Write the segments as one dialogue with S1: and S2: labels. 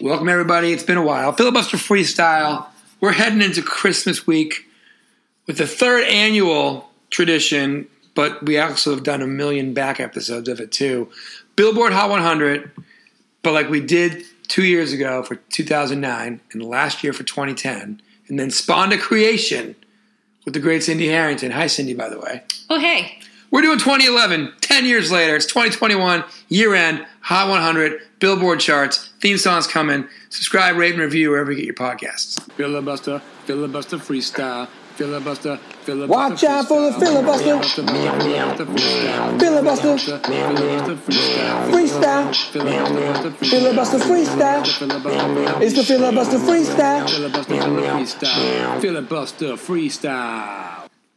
S1: Welcome, everybody. It's been a while. Filibuster Freestyle. We're heading into Christmas week with the third annual tradition, but we also have done a million back episodes of it too. Billboard Hot 100, but like we did two years ago for 2009 and last year for 2010, and then spawned a creation with the great Cindy Harrington. Hi, Cindy, by the way.
S2: Oh, hey.
S1: We're doing 2011, 10 years later. It's 2021, year end, Hot 100, Billboard charts, theme songs coming. Subscribe, rate, and review wherever you get your podcasts.
S3: Filibuster, filibuster freestyle. Filibuster, filibuster.
S4: Watch out for the filibuster.
S3: Filibuster, freestyle.
S4: Filibuster.
S3: Filibuster, freestyle.
S4: Freestyle.
S3: Filibuster,
S4: Filibuster freestyle.
S3: Filibuster,
S4: It's the filibuster freestyle.
S3: filibuster freestyle. Filibuster, freestyle.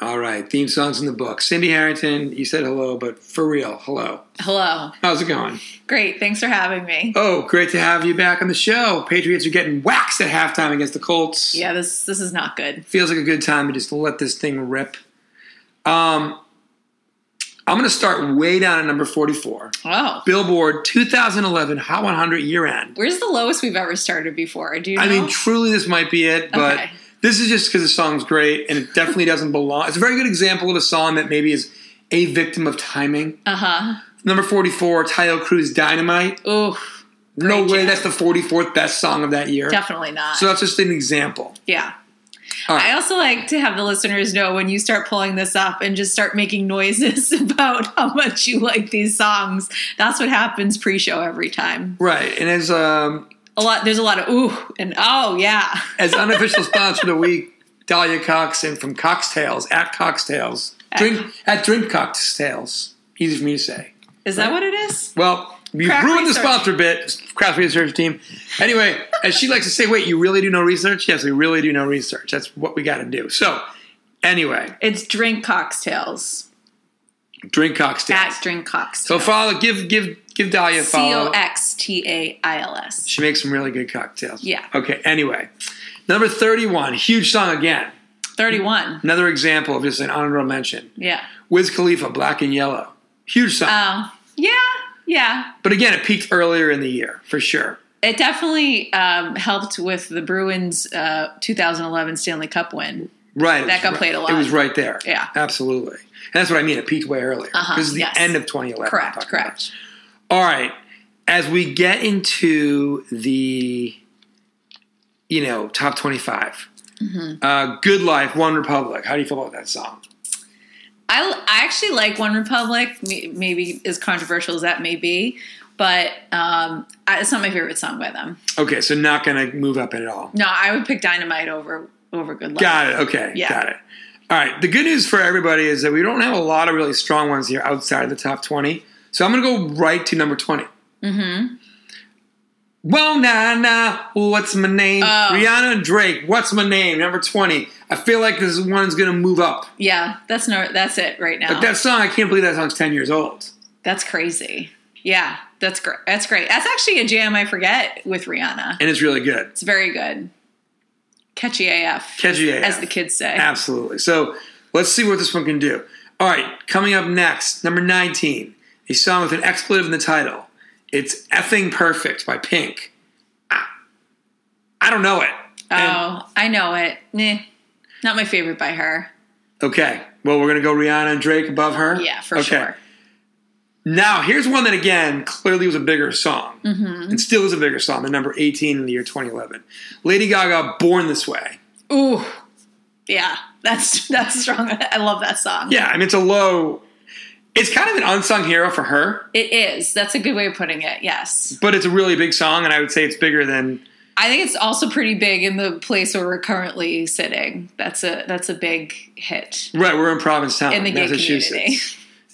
S1: All right, theme songs in the book. Cindy Harrington, you said hello, but for real, hello.
S2: Hello.
S1: How's it going?
S2: Great. Thanks for having me.
S1: Oh, great to have you back on the show. Patriots are getting waxed at halftime against the Colts.
S2: Yeah, this this is not good.
S1: feels like a good time to just let this thing rip. Um, I'm going to start way down at number 44.
S2: Oh.
S1: Billboard 2011 Hot 100 year end.
S2: Where's the lowest we've ever started before? Do you know?
S1: I mean, truly, this might be it, but
S2: Okay.
S1: this is just because the song's great and it definitely doesn't belong. It's a very good example of a song that maybe is a victim of timing.
S2: uh-huh.
S1: Number 44, Tayo Cruz Dynamite.
S2: Ooh,
S1: No
S2: Great
S1: way,
S2: jam.
S1: that's the 44th best song of that year.
S2: definitely not.
S1: So that's just an example.
S2: yeah.
S1: All right.
S2: I also like to have the listeners know when you start pulling this up and just start making noises about how much you like these songs. That's what happens pre-show every time.
S1: Right. And as um,
S2: A lot there's a lot of ooh and oh yeah.
S1: as unofficial sponsor of the week, Dahlia Coxon from Coxtails, at Coxtails, drink, at Drink Coxtails. Easy for me to say.
S2: Is that what it is?
S1: Well, you
S2: Craft
S1: ruined
S2: research.
S1: the sponsor bit, craft research team. Anyway, as she likes to say, wait, you really do no research? Yes, we really do no research. That's what we got to do. So, anyway,
S2: It's drink cocktails.
S1: drink cocktails.
S2: At drink cocktails.
S1: so follow, give, give, give Dahlia a
S2: C
S1: follow.
S2: O X T A I L S.
S1: She makes some really good cocktails.
S2: Yeah.
S1: Okay. Anyway, number thirty-one, huge song again.
S2: 31.
S1: Another example of just an honorable mention.
S2: Yeah.
S1: Wiz Khalifa, Black and Yellow, huge song.
S2: Oh, yeah. Yeah.
S1: but again, it peaked earlier in the year for sure.
S2: It definitely um, helped with the Bruins' uh, 2011 Stanley Cup win.
S1: Right. it
S2: That
S1: was
S2: got
S1: right-
S2: played a lot.
S1: It was right there.
S2: Yeah.
S1: Absolutely. And that's what I mean. It peaked way earlier.
S2: Uh-huh,
S1: This is the
S2: yes.
S1: end of 2011. I'm
S2: Correct,
S1: talking
S2: correct.
S1: about. All right. As we get into the, you know, top 25,
S2: Mm-hmm.
S1: uh, Good Life, One Republic. How do you feel about that song?
S2: I, I actually like One Republic, may- maybe as controversial as that may be, but um, I, it's not my favorite song by them.
S1: Okay, so not going to move up at all.
S2: No, I would pick Dynamite over over Good Luck.
S1: Got it. Okay.
S2: Yeah.
S1: Got it. All right. The good news for everybody is that we don't have a lot of really strong ones here outside of the top 20. So I'm going to go right to number 20. Mm hmm.
S2: Mm-hmm.
S1: Well, nah, nah. What's my name?
S2: Oh.
S1: Rihanna and Drake. What's my name? Number 20. I feel like this one's going to move up.
S2: Yeah, that's no, that's it right now.
S1: Like that song, I can't believe that song's 10 years old.
S2: that's crazy. Yeah, that's great. That's great. That's actually a jam I forget with Rihanna.
S1: And it's really good.
S2: It's very good. Catchy AF.
S1: Catchy AF.
S2: As the kids say.
S1: Absolutely. So let's see what this one can do. All right, coming up next, number 19, a song with an expletive in the title. It's Effing Perfect by Pink. I, I don't know it. And-
S2: Oh, I know it. Nah, not my favorite by her.
S1: okay. Well, we're going to go Rihanna and Drake above her.
S2: Yeah, for
S1: Okay.
S2: sure.
S1: Now, here's one that, again, clearly was a bigger song
S2: Mm-hmm.
S1: and still is a bigger song than number 18 in the year 2011. Lady Gaga, Born This Way.
S2: Ooh, yeah, that's that's strong. I love that song.
S1: Yeah, I mean, it's a low, it's kind of an unsung hero for her.
S2: It is. That's a good way of putting it. Yes,
S1: but it's a really big song, and I would say it's bigger than
S2: I think it's also pretty big in the place where we're currently sitting. That's a that's a big hit
S1: right. We're in Provincetown,
S2: in the gay
S1: Massachusetts,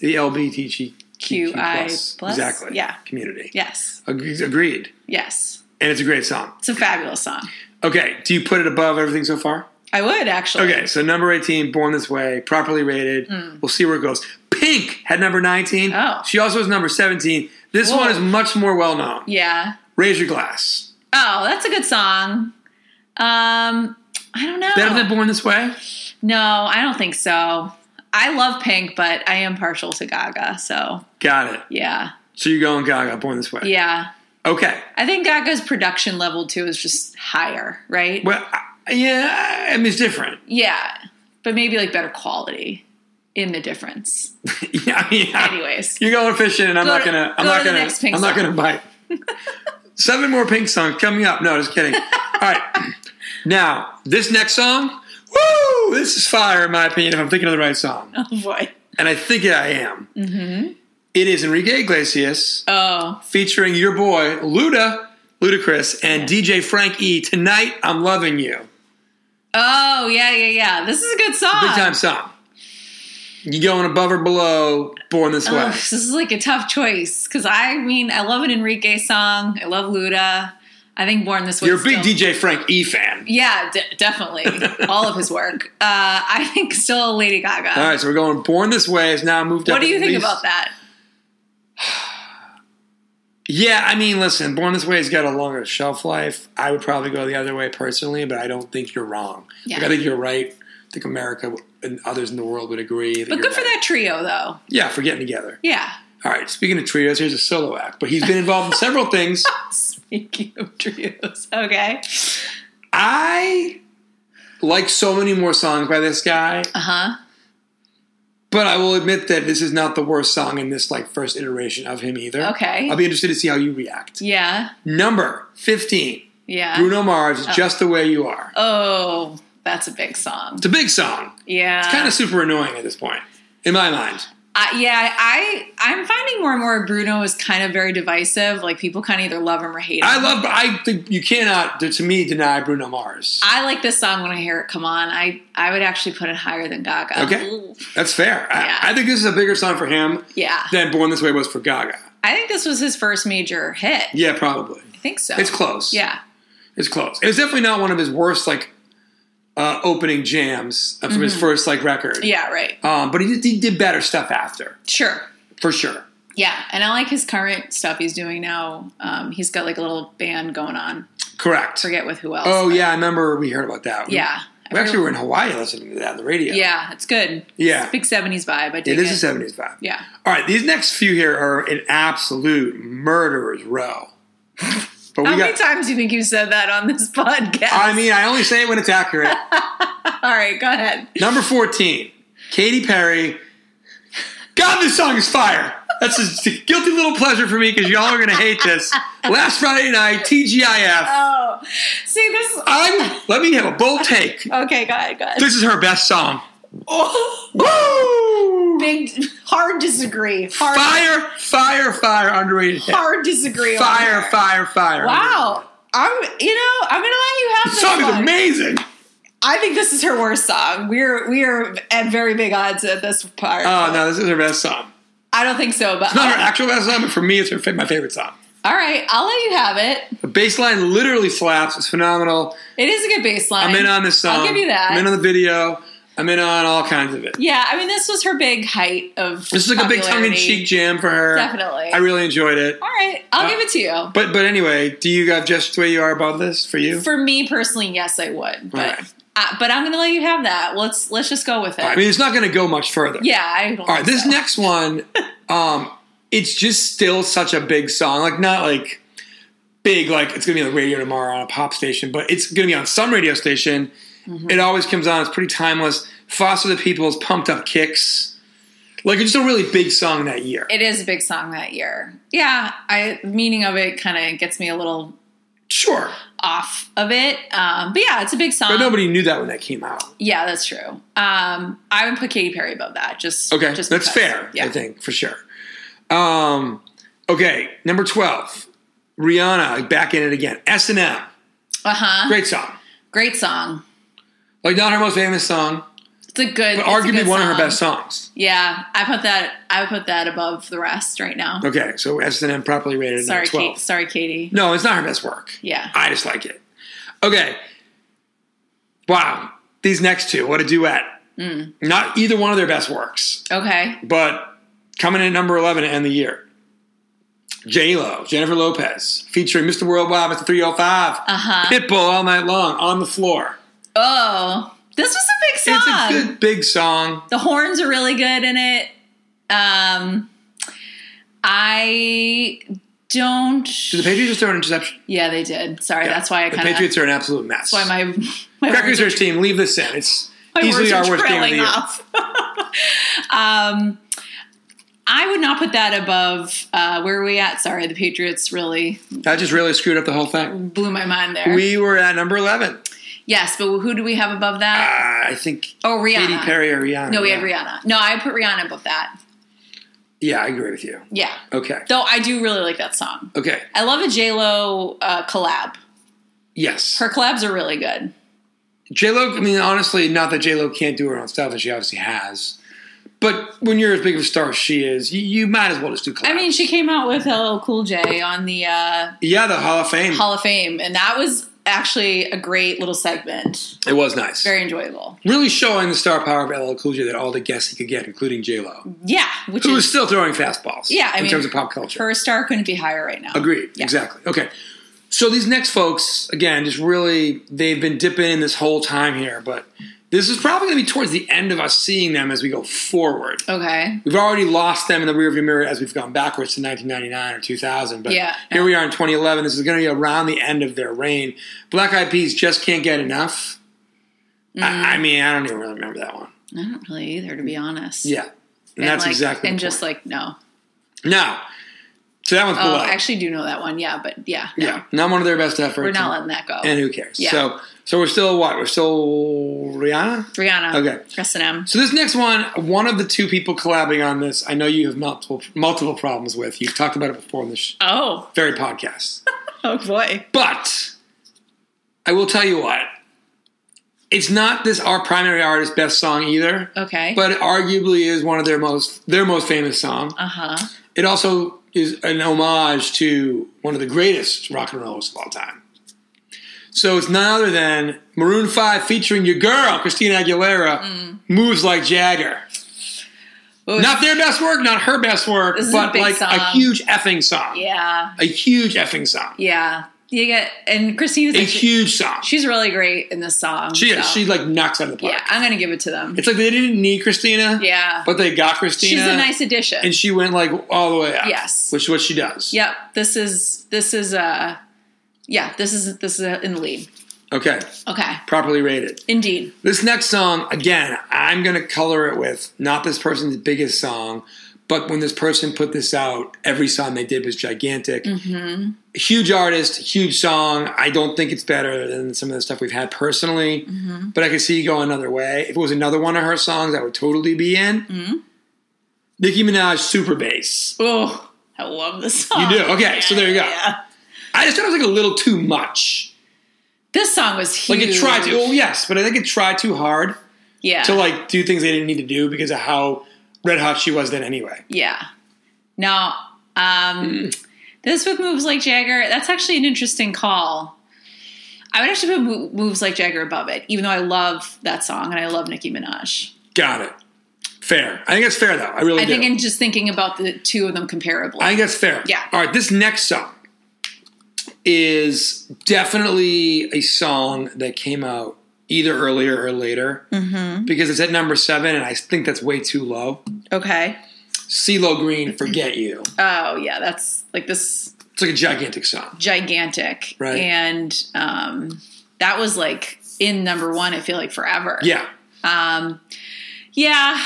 S2: community.
S1: the LGBTQ
S2: QI plus?
S1: exactly,
S2: Yeah.
S1: community.
S2: yes,
S1: Ag- agreed.
S2: yes,
S1: And it's a great song.
S2: it's a fabulous song.
S1: Okay, do you put it above everything so far?
S2: I would actually.
S1: Okay, so number eighteen, Born This Way, properly rated. We'll see where it goes. Pink had number nineteen.
S2: Hmm. Oh.
S1: she also was number seventeen. This
S2: Whoa.
S1: one is much more well known.
S2: Yeah.
S1: Raise your glass.
S2: Oh, that's a good song. Um, I don't know.
S1: Better than Born This Way.
S2: No, I don't think so. I love Pink, but I am partial to Gaga. So
S1: Got it.
S2: yeah,
S1: So you're going Gaga, Born This Way.
S2: yeah,
S1: Okay.
S2: I think Gaga's production level too is just higher, right?
S1: Well, I- yeah, I mean, it's different.
S2: Yeah, but maybe like better quality in the difference.
S1: yeah, yeah.
S2: Anyways,
S1: You're going fishing, and I'm
S2: Go
S1: not
S2: to-
S1: gonna. I'm
S2: go
S1: not
S2: to the
S1: gonna.
S2: next pink
S1: I'm not
S2: song.
S1: gonna bite. Seven more pink songs coming up. No, just kidding. All right. Now this next song. Woo! This is fire, in my opinion. If I'm thinking of the right song,
S2: oh boy.
S1: and I think I am. Mm-hmm. is Enrique Iglesias
S2: Oh,
S1: featuring your boy Luda, Ludacris, and DJ Frank E. Tonight, I'm loving you.
S2: oh yeah, yeah, yeah. This is a good song.
S1: Big time song. You going above or below? Born this way.
S2: Ugh, this is like a tough choice because I mean I love an Enrique song. I love Luda. I think Born This Way.
S1: You're a big
S2: still-
S1: DJ Frank E. fan.
S2: Yeah, de- definitely. All of his work. Uh, I think still Lady Gaga.
S1: All right, so we're going Born This Way has now moved up.
S2: what do you
S1: at
S2: think
S1: least-
S2: about that?
S1: Yeah, I mean, listen, Born This Way has got a longer shelf life. I would probably go the other way personally, but I don't think you're wrong.
S2: Yeah.
S1: Like, I think you're right. I think America and others in the world would agree. That
S2: But
S1: you're
S2: good for
S1: right.
S2: that trio though.
S1: Yeah, for getting together.
S2: Yeah.
S1: All right, speaking of trios, here's a solo act, but he's been involved in several things.
S2: Speaking of trios, okay.
S1: I like so many more songs by this guy,
S2: Uh huh.
S1: but I will admit that this is not the worst song in this like first iteration of him either.
S2: Okay.
S1: I'll be interested to see how you react.
S2: Yeah.
S1: Number 15.
S2: Yeah.
S1: Bruno Mars,
S2: uh.
S1: Just the Way You Are.
S2: Oh, that's a big song.
S1: It's a big song.
S2: Yeah.
S1: It's kind of super annoying at this point, in my mind.
S2: I yeah, I I'm finding more and more Bruno is kind of very divisive. Like people kind of either love him or hate him.
S1: I love, I think you cannot, to me, deny Bruno Mars.
S2: I like this song when I hear it. Come on, I I would actually put it higher than Gaga.
S1: Okay.
S2: Ooh.
S1: That's fair.
S2: Yeah.
S1: I, I think this is a bigger song for him
S2: Yeah,
S1: than Born This Way was for Gaga.
S2: I think this was his first major hit.
S1: Yeah, probably.
S2: I think so.
S1: It's close.
S2: Uh, Yeah.
S1: It's close. It was definitely not one of his worst, like, uh, opening jams from his first, like, record.
S2: Mm-hmm. Yeah. Right.
S1: Um, but he did, he did better stuff after,
S2: Sure.
S1: for sure.
S2: Yeah, and I like his current stuff he's doing now. Um, he's got like a little band going on.
S1: Correct.
S2: Forget with who else.
S1: oh,
S2: but-
S1: yeah, I remember we heard about that. We-
S2: Yeah.
S1: We actually were in Hawaii listening to that on the radio.
S2: Yeah, it's good.
S1: Yeah.
S2: Big 70s vibe. I dig
S1: It
S2: it
S1: is a 70s vibe.
S2: Yeah.
S1: All right, these next few here are an absolute murderer's row. But
S2: How
S1: we
S2: many
S1: got.
S2: times do you think you've said that on this podcast?
S1: I mean, I only say it when it's accurate.
S2: All right, go ahead.
S1: Number 14, Katy Perry. God, this song is fire. That's a guilty little pleasure for me because y'all are going to hate this. Last Friday night, TGIF.
S2: Oh, see this.
S1: I'm, let me have a bold take.
S2: Okay, go ahead, go ahead.
S1: This is her best song.
S2: Oh,
S1: Woo!
S2: big, hard disagree. Hard,
S1: Fire, fire, fire, underrated. hit.
S2: hard disagree. over
S1: Fire,
S2: there.
S1: fire, fire.
S2: Wow. I'm, you know, I'm gonna let you have
S1: This
S2: this
S1: song is
S2: one.
S1: amazing.
S2: I think this is her worst song. We're we are at very big odds at this part.
S1: Oh no, this is her best song.
S2: I don't think so, but
S1: Not her actual best song, but for me, it's her fa- my favorite song.
S2: all right, I'll let you have it.
S1: The bass line literally slaps. It's phenomenal.
S2: It is a good bass line.
S1: I'm in on this song.
S2: I'll give you that.
S1: I'm in on the video. I'm in on all kinds of it.
S2: yeah, I mean, this was her big height of.
S1: This is like a big tongue in
S2: popularity.
S1: cheek jam for her.
S2: Definitely.
S1: I really enjoyed it.
S2: All right, I'll
S1: Uh,
S2: give it to you.
S1: But but anyway, do you have just the way you are about this for you?
S2: For me personally, yes, I would. But
S1: right.
S2: I, but I'm going to let you have that. Let's let's just go with it.
S1: I mean, it's not going to go much further.
S2: yeah, I don't.
S1: All right, this
S2: so.
S1: next one, um, it's just still such a big song. Like not like big, like it's gonna be on the radio tomorrow on a pop station, but it's gonna be on some radio station.
S2: Mm-hmm.
S1: It always comes on. It's pretty timeless. Foster the People's "Pumped Up Kicks," like it's just a really big song that year.
S2: It is a big song that year. Yeah, I meaning of it kind of gets me a little
S1: sure,
S2: off of it. Um, but yeah, it's a big song.
S1: but nobody knew that when that came out.
S2: Yeah, that's true. Um, I would put Katy Perry above that. Just
S1: Okay,
S2: just
S1: that's
S2: because.
S1: fair.
S2: Yeah.
S1: I think for sure. Um, okay, number twelve, Rihanna back in it again. S and M,
S2: Uh huh. Great.
S1: great song.
S2: song.
S1: Like not her most famous song.
S2: It's a good.
S1: But
S2: it's a
S1: arguably
S2: good
S1: one of her
S2: song.
S1: best songs.
S2: Yeah, I put that. I would put that above the rest right now.
S1: Okay, so S&M properly rated at
S2: Sorry,
S1: number twelve.
S2: Kate. Sorry, Katie.
S1: No, it's not her best work.
S2: Yeah.
S1: I just like it. Okay. Wow, these next two, what a duet!
S2: Mm.
S1: Not either one of their best works,
S2: Okay.
S1: but coming in at number eleven to end the year. J Lo, Jennifer Lopez, featuring Mr. Worldwide, Mr. 305,
S2: Uh-huh.
S1: Pitbull all night long on the floor.
S2: Oh, this was a big song.
S1: It's a good big song.
S2: the horns are really good in it. Um, I don't.
S1: Did the Patriots just throw an interception?
S2: Yeah, they did. Sorry, that's why I
S1: The
S2: kind of.
S1: Patriots are an absolute mess.
S2: That's why my my
S1: Crack
S2: words
S1: research team, leave this in. It's
S2: My
S1: easily
S2: words
S1: our
S2: are
S1: worst game of the
S2: trailing
S1: year.
S2: off. um, I would not put that above uh, where are we at. Sorry, the Patriots really
S1: That just really screwed up the whole thing.
S2: blew my mind there.
S1: We were at number eleven.
S2: yes, but who do we have above
S1: Uh,
S2: that?
S1: I think
S2: oh, Rihanna.
S1: Katy Perry or Rihanna.
S2: No, we
S1: yeah.
S2: had Rihanna. No, I put Rihanna above that.
S1: Yeah, I agree with you.
S2: Yeah.
S1: Okay.
S2: Though I do really like that song.
S1: Okay.
S2: I love a J Lo uh, collab.
S1: Yes.
S2: Her collabs are really good.
S1: J Lo. I mean, honestly, not that J Lo can't do her own stuff, and she obviously has. But when you're as big of a star as she is, you, you might as well just do. Collabs.
S2: I mean, she came out with LL Cool J on the uh,
S1: yeah, the Hall of Fame.
S2: Hall of Fame, and that was actually a great little segment.
S1: it was nice.
S2: Very enjoyable.
S1: really showing the star power of LL Cool J that all the guests he could get, including J Lo,
S2: Yeah, which
S1: who
S2: is
S1: was still throwing fastballs.
S2: Yeah, I
S1: in
S2: mean,
S1: terms of pop culture.
S2: her star couldn't be higher right now.
S1: Agreed.
S2: Yeah.
S1: Exactly. Okay. So these next folks, again, just really they've been dipping in this whole time here, but this is probably going to be towards the end of us seeing them as we go forward.
S2: Okay.
S1: We've already lost them in the rearview mirror as we've gone backwards to 1999 or 2000, but
S2: Yeah.
S1: here we are in 2011. This is going to be around the end of their reign. Black Eyed Peas just can't get enough.
S2: Mm-hmm.
S1: I, I mean, I don't even really remember that one.
S2: I don't really either, to be honest.
S1: Yeah, and, that's
S2: like,
S1: exactly.
S2: And
S1: the
S2: just
S1: point.
S2: like no.
S1: no, so that one's
S2: Oh,
S1: below.
S2: I actually do know that one. Yeah, but yeah, no.
S1: yeah, not one of their best efforts.
S2: we're not letting that go.
S1: and who cares?
S2: Yeah.
S1: So so we're still what? We're still Rihanna?
S2: Rihanna.
S1: Okay.
S2: S and M.
S1: So this next one, one of the two people collabing on this, I know you have multiple multiple problems with. You've talked about it before on this sh-
S2: Oh.
S1: very podcast.
S2: Oh boy.
S1: But I will tell you what. It's not this our primary artist best song either.
S2: Okay.
S1: But it arguably is one of their most their most famous song.
S2: uh huh.
S1: It also is an homage to one of the greatest rock and rollers of all time. So it's none other than Maroon 5 featuring your girl, Christina Aguilera,
S2: Mm.
S1: moves like Jagger.
S2: Ooh.
S1: Not their best work, not her best work,
S2: This is a
S1: but
S2: big
S1: like a
S2: song.
S1: huge effing song.
S2: Yeah.
S1: A huge effing song.
S2: Yeah. You get and Christina's
S1: A
S2: like, she-
S1: huge song. She,
S2: she's really great in this song.
S1: is.
S2: so-
S1: She like knocks out of the park.
S2: yeah, I'm gonna give it to them.
S1: It's like they didn't need Christina,
S2: Yeah.
S1: but they got Christina.
S2: She's a nice addition.
S1: and she went like all the way up.
S2: Yes.
S1: Which is what she does.
S2: Yep. This is this is uh yeah, this is this is uh, in the lead.
S1: Okay.
S2: Okay.
S1: Properly rated.
S2: Indeed.
S1: This next song, again, I'm going to color it with not this person's biggest song, but when this person put this out, every song they did was gigantic. Huge artist, huge song. I don't think it's better than some of the stuff we've had personally, but I could see you go another way. If it was another one of her songs, I would totally be in. Nicki Minaj, Super Bass.
S2: Oh, I love this song.
S1: You do? Okay, so there you go. I just thought it was like a little too much.
S2: This song was
S1: Like
S2: huge.
S1: it tried to, oh yes, but I think it tried too hard.
S2: Yeah.
S1: to like do things they didn't need to do because of how red hot she was then anyway.
S2: yeah. Now,
S1: Hmm.
S2: um this with moves like Jagger, that's actually an interesting call. I would actually put Mo- moves like Jagger above it, even though I love that song and I love Nicki Minaj.
S1: Got it. Fair. I think it's fair though. I really
S2: I
S1: do.
S2: think in just thinking about the two of them comparably.
S1: I think that's fair.
S2: Yeah.
S1: All right. This next song is definitely a song that came out either earlier or later
S2: Mm-hmm.
S1: because it's at number seven, and I think that's way too low.
S2: okay.
S1: CeeLo Green, "Forget You."
S2: Oh yeah, that's like this
S1: It's like a gigantic song.
S2: gigantic.
S1: Right.
S2: And um, that was like in number one, I feel like forever.
S1: Yeah.
S2: Um, yeah.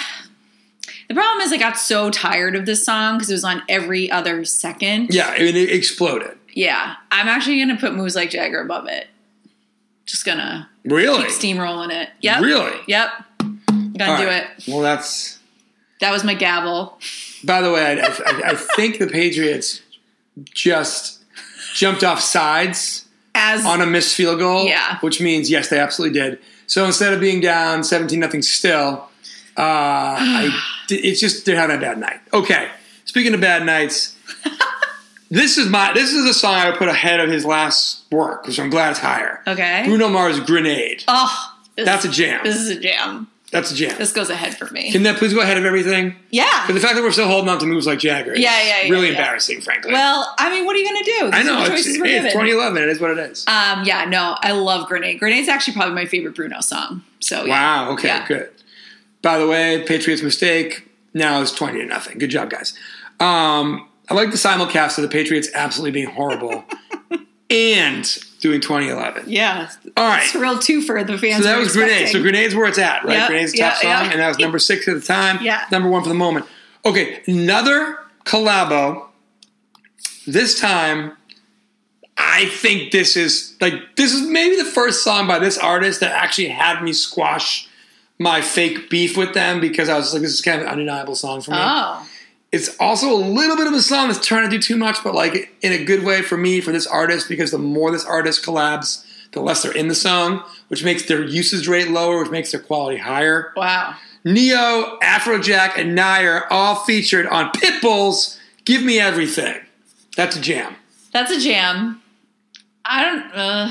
S2: The problem is I got so tired of this song because it was on every other second.
S1: Yeah. I mean, it exploded.
S2: Yeah. I'm actually going to put Moves Like Jagger above it. Just going to
S1: Really.
S2: steamrolling it. Yep.
S1: Really.
S2: Yep. Gonna
S1: All
S2: do
S1: right.
S2: it.
S1: Well, that's
S2: That was my gavel.
S1: By the way, I, I, I think the Patriots just jumped off sides
S2: As
S1: on a missed field goal.
S2: Yeah.
S1: Which means, yes, they absolutely did. So instead of being down 17 nothing still, uh, I, it's just they're having a bad night. Okay. Speaking of bad nights, this is my this is a song I would put ahead of his last work, which I'm glad it's higher.
S2: okay.
S1: Bruno Mars Grenade.
S2: oh, this,
S1: That's a jam.
S2: This is a jam.
S1: That's a jam.
S2: This goes ahead for me.
S1: Can that please go ahead of everything?
S2: yeah.
S1: But the fact that we're still holding on to moves like Jagger is
S2: Yeah, yeah, yeah,
S1: really
S2: yeah.
S1: embarrassing, frankly.
S2: Well, I mean, what are you gonna do? These
S1: I
S2: are
S1: know
S2: the
S1: it's,
S2: choices we're
S1: hey, it's
S2: given.
S1: 2011. It is what it is.
S2: Um, yeah, no, I love Grenade. Grenade's actually probably my favorite Bruno song. So yeah.
S1: wow. Okay.
S2: yeah.
S1: Good. By the way, Patriots mistake now is 20 to nothing. Good job, guys. Um, I like the simulcast of the Patriots absolutely being horrible and doing 2011.
S2: Yeah.
S1: All right.
S2: It's a real twofer the fans.
S1: So that
S2: were
S1: was Grenades. So
S2: expecting.
S1: Grenades where it's at, right?
S2: Yep,
S1: Grenades
S2: yeah,
S1: top
S2: yeah.
S1: song, and that was number six at the time.
S2: Yeah.
S1: Number one for the moment. Okay, another collabo. This time, I think this is like this is maybe the first song by this artist that actually had me squash my fake beef with them because I was like, this is kind of an undeniable song for me.
S2: Oh.
S1: It's also a little bit of a song that's trying to do too much, but like in a good way for me, for this artist, because the more this artist collabs, the less they're in the song, which makes their usage rate lower, which makes their quality higher.
S2: Wow.
S1: Neo, Afrojack, and Nair all featured on Pitbull's Give Me Everything. That's a jam.
S2: That's a jam. I don't. Uh,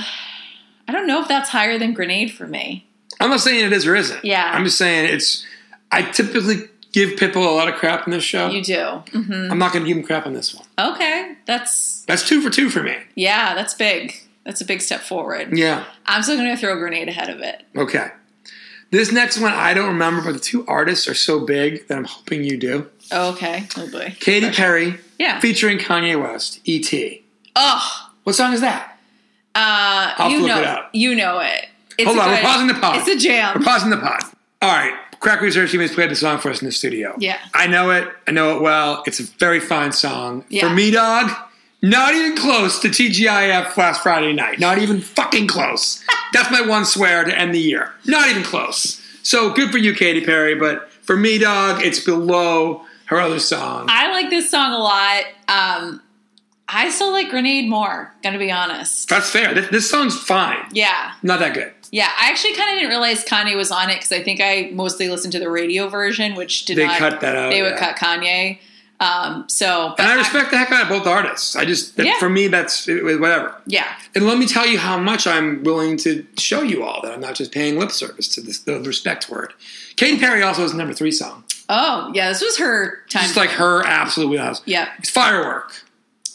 S2: I don't know if that's higher than Grenade for me.
S1: I'm not saying it is or isn't.
S2: Yeah.
S1: I'm just saying it's. I typically give Pitbull a lot of crap in this show.
S2: You do. hmm
S1: I'm not going to give him crap on this one.
S2: Okay. That's
S1: That's two for two for me.
S2: yeah. That's big. That's a big step forward.
S1: Yeah.
S2: I'm still going to throw Grenade ahead of it.
S1: Okay. This next one I don't remember, but the two artists are so big that I'm hoping you do.
S2: Okay. Oh boy.
S1: Katy Perry
S2: Yeah.
S1: featuring Kanye West, E.T.
S2: Oh.
S1: What song is that?
S2: Uh,
S1: I'll
S2: you
S1: flip
S2: know.
S1: it up.
S2: You know it. It's
S1: Hold
S2: a
S1: on, we're
S2: good-
S1: pausing the pod.
S2: It's a
S1: We're
S2: jam.
S1: pausing the pod. All right, Crack Research Team has played the song for us in the studio.
S2: Yeah.
S1: I know it. I know it well. It's a very fine song.
S2: Yeah.
S1: For me, dog, not even close to TGIF last Friday night. Not even fucking close. That's my one swear to end the year. Not even close. So good for you, Katy Perry, but for me, dog, it's below her other song.
S2: I like this song a lot. Um, I still like Grenade more. Gonna be honest.
S1: That's fair. This, this song's fine.
S2: Yeah.
S1: Not that good.
S2: Yeah, I actually kind of didn't realize Kanye was on it because I think I mostly listened to the radio version, which did
S1: They
S2: not.
S1: cut that out,
S2: They would
S1: yeah.
S2: cut Kanye. Um, so, but
S1: And I respect the heck out of both artists. I just, that-
S2: Yeah.
S1: for me, that's it- it- whatever.
S2: yeah,
S1: And let me tell you how much I'm willing to show you all that I'm not just paying lip service to this, the respect word. Katy Perry also has a number three song.
S2: oh yeah, this was her time.
S1: It's like her absolute wheelhouse.
S2: yeah.
S1: It's Firework.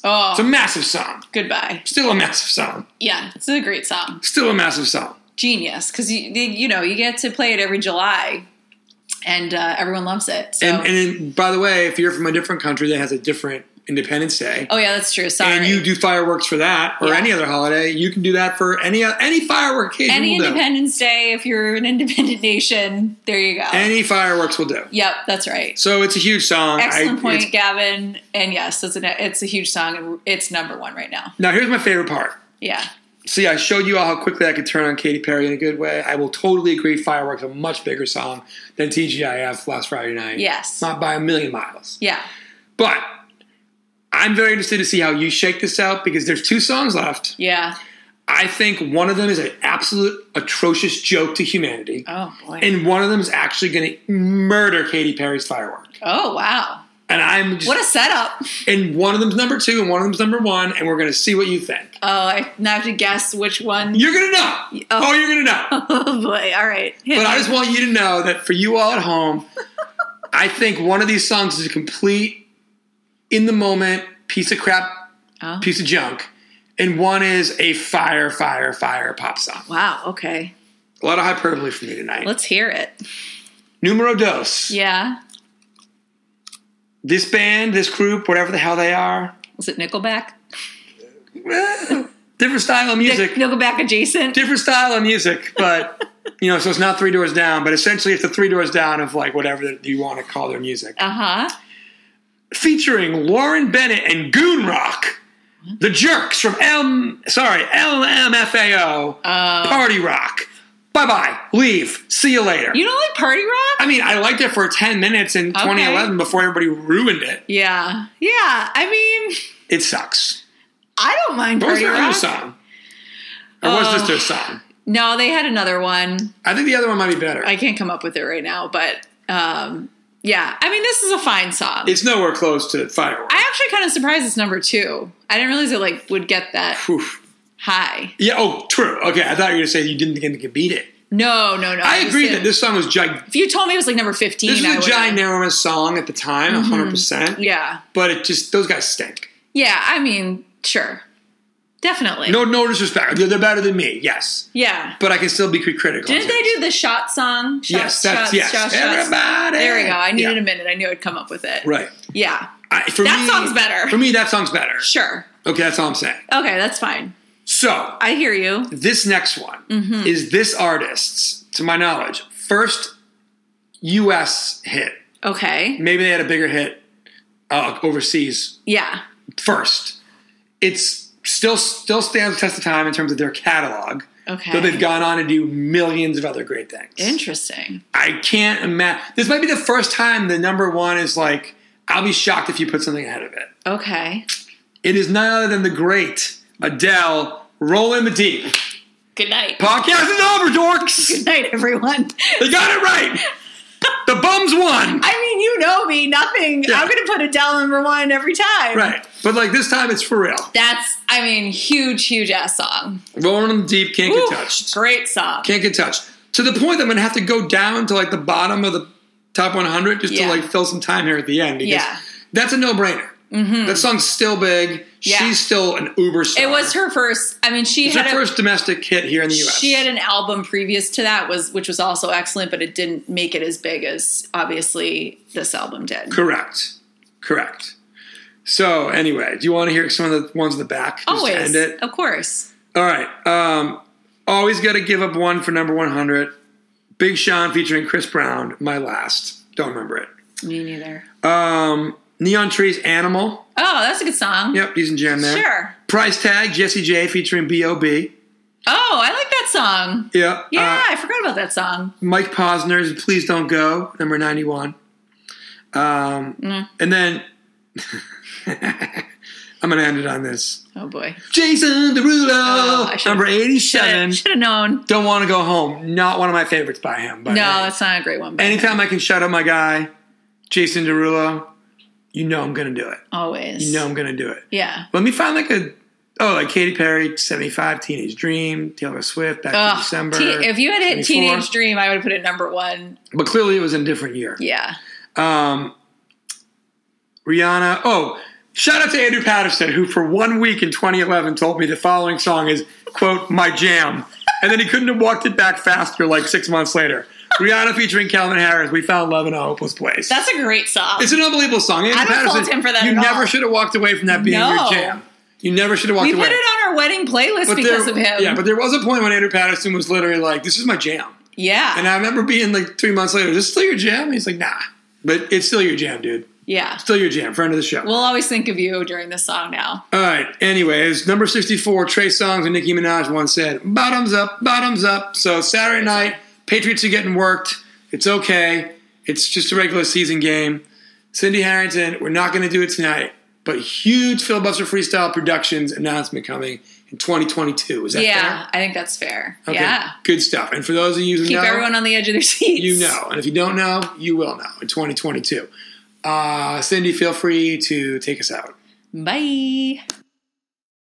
S2: Oh,
S1: It's a massive song.
S2: goodbye.
S1: Still a massive song.
S2: Yeah, it's a great song,
S1: Still a massive song.
S2: genius because you they- you know you get to play it every July, and uh, everyone loves it. So.
S1: And, and then, by the way, if you're from a different country that has a different Independence Day,
S2: oh yeah, that's true. Sorry,
S1: and you do fireworks for that or
S2: Yeah.
S1: any other holiday, you can do that for any any firework occasion.
S2: any
S1: will do.
S2: Independence Day if you're an independent nation. There you go.
S1: Any fireworks will do.
S2: yep, that's right.
S1: So it's a huge song.
S2: Excellent
S1: I-
S2: point,
S1: it's-
S2: Gavin. And yes, it's a it's a huge song, and it's number one right now.
S1: now here's my favorite part.
S2: Yeah,
S1: See, I showed you all how quickly I could turn on Katy Perry in a good way. I will totally agree. Fireworks a much bigger song than TGIF last Friday night.
S2: Yes.
S1: not by a million miles.
S2: yeah,
S1: But I'm very interested to see how you shake this out because there's two songs left.
S2: yeah.
S1: I think one of them is an absolute atrocious joke to humanity,
S2: Oh boy.
S1: and one of them is actually going to murder Katy Perry's firework.
S2: oh wow.
S1: And I'm just,
S2: What a setup.
S1: and one of them's number two, and one of them's number one, and we're going to see what you think.
S2: Oh, I now have to guess which one.
S1: You're going to know.
S2: Oh.
S1: Oh, you're going to know.
S2: Oh boy. All right.
S1: But I just want you to know that for you all at home, I think one of these songs is a complete, in the moment, piece of crap,
S2: Oh.
S1: piece of junk, and one is a fire, fire, fire pop song.
S2: Wow. Okay.
S1: A lot of hyperbole for me tonight.
S2: Let's hear it.
S1: Numero dos.
S2: Yeah.
S1: This band, this group, whatever the hell they are,
S2: Was it Nickelback?
S1: eh, different style of music.
S2: Nickelback adjacent.
S1: Different style of music, but you know, so it's not Three Doors Down, but essentially it's the Three Doors Down of like whatever you want to call their music.
S2: Uh huh.
S1: featuring Lauren Bennett and Goon Rock, the Jerks from M. Sorry, LMFAO.
S2: Oh.
S1: Party Rock. Bye bye. Leave. See you later.
S2: You don't like Party Rock?
S1: I mean, I liked it for ten minutes in 2011 before everybody ruined it.
S2: yeah. Yeah. I mean,
S1: It sucks.
S2: I don't mind
S1: What was
S2: Party
S1: their other
S2: Rock.
S1: song? Or was this
S2: Oh.
S1: their song?
S2: No, they had another one.
S1: I think the other one might be better.
S2: I can't come up with it right now, but um, yeah. I mean, this is a fine song.
S1: it's nowhere close to Fireworks.
S2: I'm actually kind of surprised it's number two. I didn't realize it like would get that
S1: Oof.
S2: high.
S1: Yeah. Oh, true. Okay, I thought you were gonna say you didn't think it could beat it.
S2: No, no, no.
S1: I
S2: just
S1: agree
S2: didn't-
S1: that this song was gigantic.
S2: If you told me it was like number fifteen,
S1: This
S2: I
S1: was a
S2: would've-
S1: ginormous song at the time, 100. percent
S2: Yeah,
S1: but it just those guys stink.
S2: yeah. I mean, sure, definitely.
S1: No, no disrespect. They're, they're better than me, yes,
S2: Yeah.
S1: but I can still be critical.
S2: Didn't they do the shot song? Shots,
S1: Yes, that's
S2: shots,
S1: yes.
S2: shots, shots.
S1: Everybody.
S2: There we go. I needed
S1: yeah.
S2: a minute. I knew I'd come up with it.
S1: Right.
S2: Yeah.
S1: I, for
S2: That
S1: me,
S2: song's better.
S1: For me, that song's better.
S2: Sure.
S1: Okay, that's all I'm saying.
S2: Okay, that's fine.
S1: So
S2: I hear you.
S1: this next one
S2: Mm-hmm.
S1: is this artist's, to my knowledge, first U.S. hit.
S2: Okay.
S1: Maybe they had a bigger hit uh, overseas
S2: Yeah.
S1: first. It's still still stands the test of time in terms of their catalog.
S2: Okay.
S1: Though they've gone on to do millions of other great things.
S2: Interesting.
S1: I can't imagine. This might be the first time the number one is like, I'll be shocked if you put something ahead of it.
S2: Okay.
S1: It is none other than the great Adele Rolling the Deep.
S2: Good night.
S1: Podcast is over, dorks.
S2: Good night, everyone.
S1: They got it right. The bums won.
S2: I mean, you know me. Nothing.
S1: Yeah.
S2: I'm going to put Adele number one every time.
S1: Right. But like this time it's for real.
S2: That's, I mean, huge, huge ass song.
S1: Rolling in the Deep can't
S2: Ooh,
S1: get touched.
S2: Great song.
S1: Can't get touched. To the point that I'm going to have to go down to like the bottom of the top 100 just
S2: Yeah.
S1: to like fill some time here at the end. Because
S2: Yeah. Mm-hmm.
S1: That's a no brainer. That song's still big.
S2: Yeah.
S1: She's still an uber star.
S2: It was her first. I mean, she
S1: It's
S2: had
S1: her
S2: a,
S1: first domestic hit here in the U.S.
S2: she had an album previous to that was which was also excellent, but it didn't make it as big as obviously this album did.
S1: Correct. Correct. So anyway, do you want to hear some of the ones in the back? Just to
S2: Always,
S1: end it.
S2: of course.
S1: All right. Um, always got to give up one for number one hundred. Big Sean featuring Chris Brown. My last. Don't remember it.
S2: Me neither.
S1: Um, Neon Trees, Animal.
S2: Oh, that's a good song.
S1: Yep, using jam there.
S2: Sure.
S1: Price Tag, Jesse J featuring B.O.B.
S2: Oh, I like that song.
S1: Yep.
S2: Yeah,
S1: Uh,
S2: I forgot about that song.
S1: Mike Posner's "Please Don't Go," number ninety-one. Um,
S2: Mm.
S1: And then I'm going to end it on this.
S2: Oh boy,
S1: Jason Derulo,
S2: Oh, I should've-
S1: number eighty-seven.
S2: should have known.
S1: Don't want to go home. Not one of my favorites by him. But
S2: No,
S1: hey.
S2: that's not a great one. but
S1: anytime I can shut up my guy, Jason Derulo, you know I'm going to do it.
S2: always.
S1: You know I'm going to do it.
S2: Yeah.
S1: Let me find like a oh like Katy Perry, seventy-five, Teenage Dream, Taylor Swift, back
S2: Ugh.
S1: in December.
S2: Te- if you had
S1: 24.
S2: hit Teenage Dream, I would have put it number one.
S1: but clearly it was in a different year.
S2: Yeah.
S1: Um, Rihanna. Oh, shout out to Andrew Patterson, who for one week in 2011 told me the following song is, quote, my jam. And then he couldn't have walked it back faster like six months later. Rihanna featuring Calvin Harris, We Found Love in a Hopeless Place.
S2: That's a great song.
S1: it's an unbelievable song. Andrew
S2: I don't fault
S1: Patterson,
S2: him for that
S1: you
S2: at all.
S1: never should have walked away from that being
S2: No.
S1: your jam. You never should have walked
S2: we
S1: away.
S2: put it on our wedding playlist
S1: But
S2: because
S1: there-
S2: of him.
S1: Yeah, but there was a point when Andrew Patterson was literally like, this is my jam.
S2: yeah.
S1: And I remember being like three months later, is this still your jam? And he's like, nah. But it's still your jam, dude.
S2: yeah.
S1: Still your jam, friend of the show.
S2: We'll always think of you during this song now.
S1: All right. Anyways, number 64, Trey Songz and Nicki Minaj once said, bottoms up, bottoms up. So Saturday night, Patriots are getting worked. It's okay. It's just a regular season game. Cindy Harrington, we're not going to do it tonight, but huge filibuster freestyle productions announcement coming in 2022. Is that
S2: Yeah, I think that's fair.
S1: fair?
S2: Yeah.
S1: Good stuff. And for those of you who
S2: Keep
S1: know,
S2: everyone on the edge of their seats.
S1: you know. And if you don't know, you will know in 2022. Uh, Cindy, feel free to take us out.
S2: Bye.